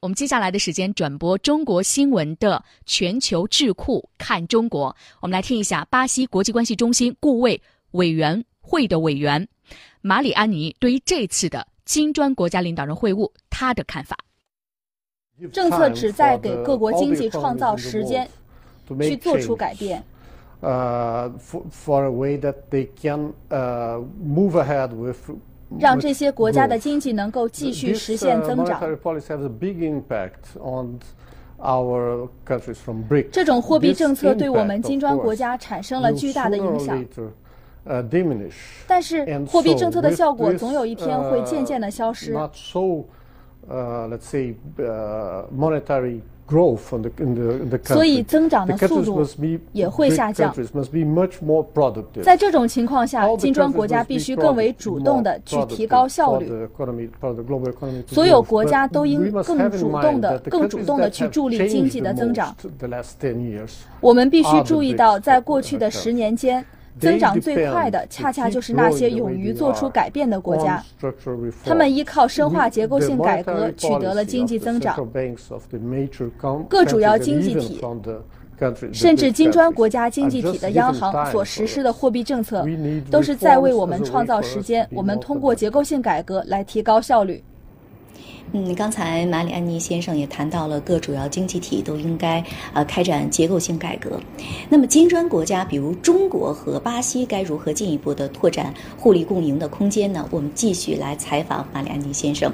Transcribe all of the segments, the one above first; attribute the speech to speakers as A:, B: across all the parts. A: 我们接下来的时间转播中国新闻的全球智库看中国。我们来听一下巴西国际关系中心顾问委员会的委员马里安尼对于这次的金砖国家领导人会晤他的看法。
B: 政策旨在给各国经济创造时间，去做出改变。让这些国家的经济能够继
C: uh,
B: 续实现增长。这种货币政策对我们金砖国家产生了巨大的影响。但是，货币政策的效果总有一天会渐渐的消失。所以增长的速度也会下降。在这种情况下，金砖国家必须更为主动的去提高效率。所有国家都应更主动的、更主动的去助力经济的增长。我们必须注意到，在过去的十年间。增长最快的，恰恰就是那些勇于做出改变的国家。他们依靠深化结构性改革取得了经济增长。各主要经济体，甚至金砖国家经济体的央行所实施的货币政策，都是在为我们创造时间。我们通过结构性改革来提高效率。
D: 嗯，刚才马里安尼先生也谈到了各主要经济体都应该呃开展结构性改革。那么金砖国家，比如中国和巴西，该如何进一步的拓展互利共赢的空间呢？我们继续来采访马里安尼先生。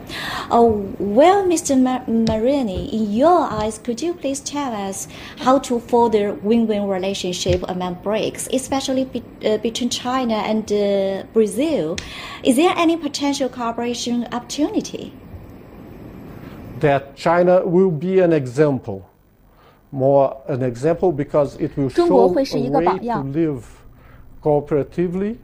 D: Oh, well, Mr. Mar Mariani, in your eyes, could you please tell us how to further win-win relationship among BRICS, especially be uh, between China and uh, Brazil? Is there any potential cooperation opportunity?
C: that China will be an example, more an example because it will show a way to live cooperatively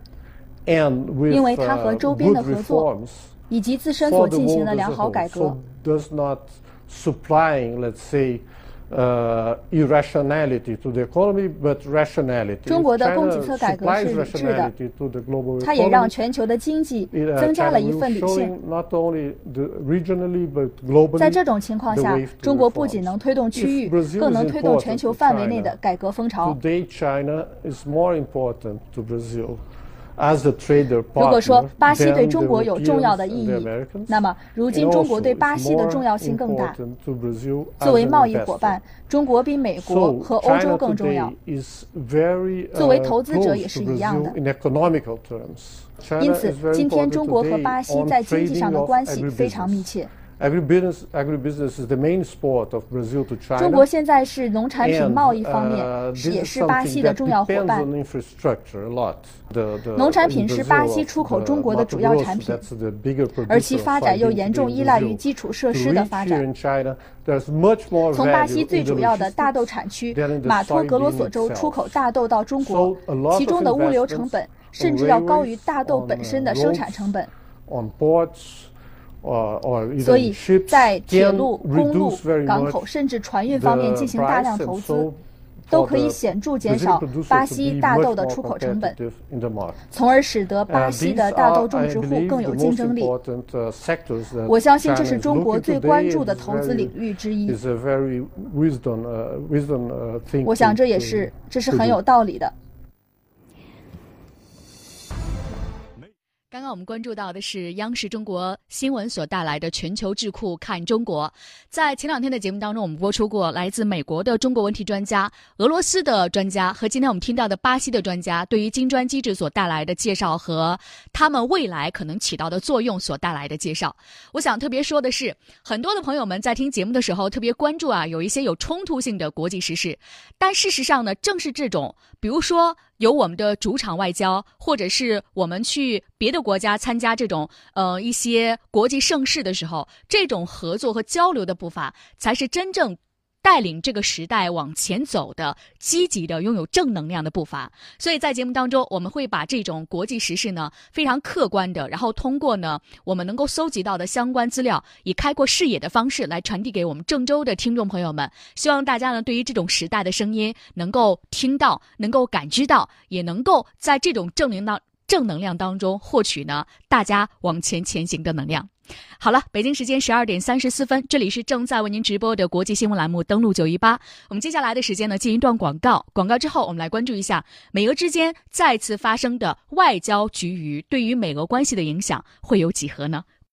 C: and with uh, good reforms for the world as a whole. So does not supplying, let's say, uh, irrationality to the economy, but rationality.
B: 中国的供给侧改革是理智的，它也让全球的经济
C: uh,
B: 增加了一份理性。在这种情况下，中国不仅能推动区域，更能推动全球范围内的改革风潮。
C: Today, China is more important to Brazil. As a trader partner,
B: 如果说巴西对中国有重要的意义，那么如今中国对巴西的重要性更大。作为贸易伙伴，中国比美国和欧洲更重要。
C: uh,
B: 作为投资者也是一样的。因此，今天中国和巴西在经济上的关系非常密切。中国现在是农产品贸易方
C: 呃
B: 面是也是巴西的重要伙伴。农产品是巴西出口中国的主要产品，而其发展又严重依赖于基础设施的发展。从巴西最主要的大豆产区马托格罗索州出口大豆到中国，其中的物流成本甚至要高于大豆本身的生产成本。所以，在铁路、公路、港口甚至船运方面进行大量投资，都可以显著减少巴西大豆的出口成本，从而使得
C: 呃
B: 巴西的大豆种植户更有竞争力。我相信这是中国最关注的投资领域之一。我想这也是，这是很有道理的。
A: 刚刚我们关注到的是央视中国新闻所带来的全球智库看中国。在前两天的节目当中，我们播出过来自美国的中国问题专家、俄罗斯的专家和今天我们听到的巴西的专家对于金砖机制所带来的介绍和他们未来可能起到的作用所带来的介绍。我想特别说的是，很多的朋友们在听节目的时候特别关注啊，有一些有冲突性的国际时事，但事实上呢，正是这种，比如说。有我们的主场外交，或者是我们去别的国家参加这种呃一些国际盛事的时候，这种合作和交流的步伐，才是真正带领这个时代往前走的积极的、拥有正能量的步伐。所以在节目当中，我们会把这种国际时事呢非常客观的，然后通过呢我们能够搜集到的相关资料，以开阔视野的方式来传递给我们郑州的听众朋友们。希望大家呢，对于这种时代的声音能够听到，能够感知到，也能够在这种正能量、正能量当中获取呢，大家往前前行的能量。好了，北京时间十二点三十四分，这里是正在为您直播的国际新闻栏目《登录九一八》。我们接下来的时间呢，进一段广告。广告之后，我们来关注一下美俄之间再次发生的外交局余对于美俄关系的影响会有几何呢？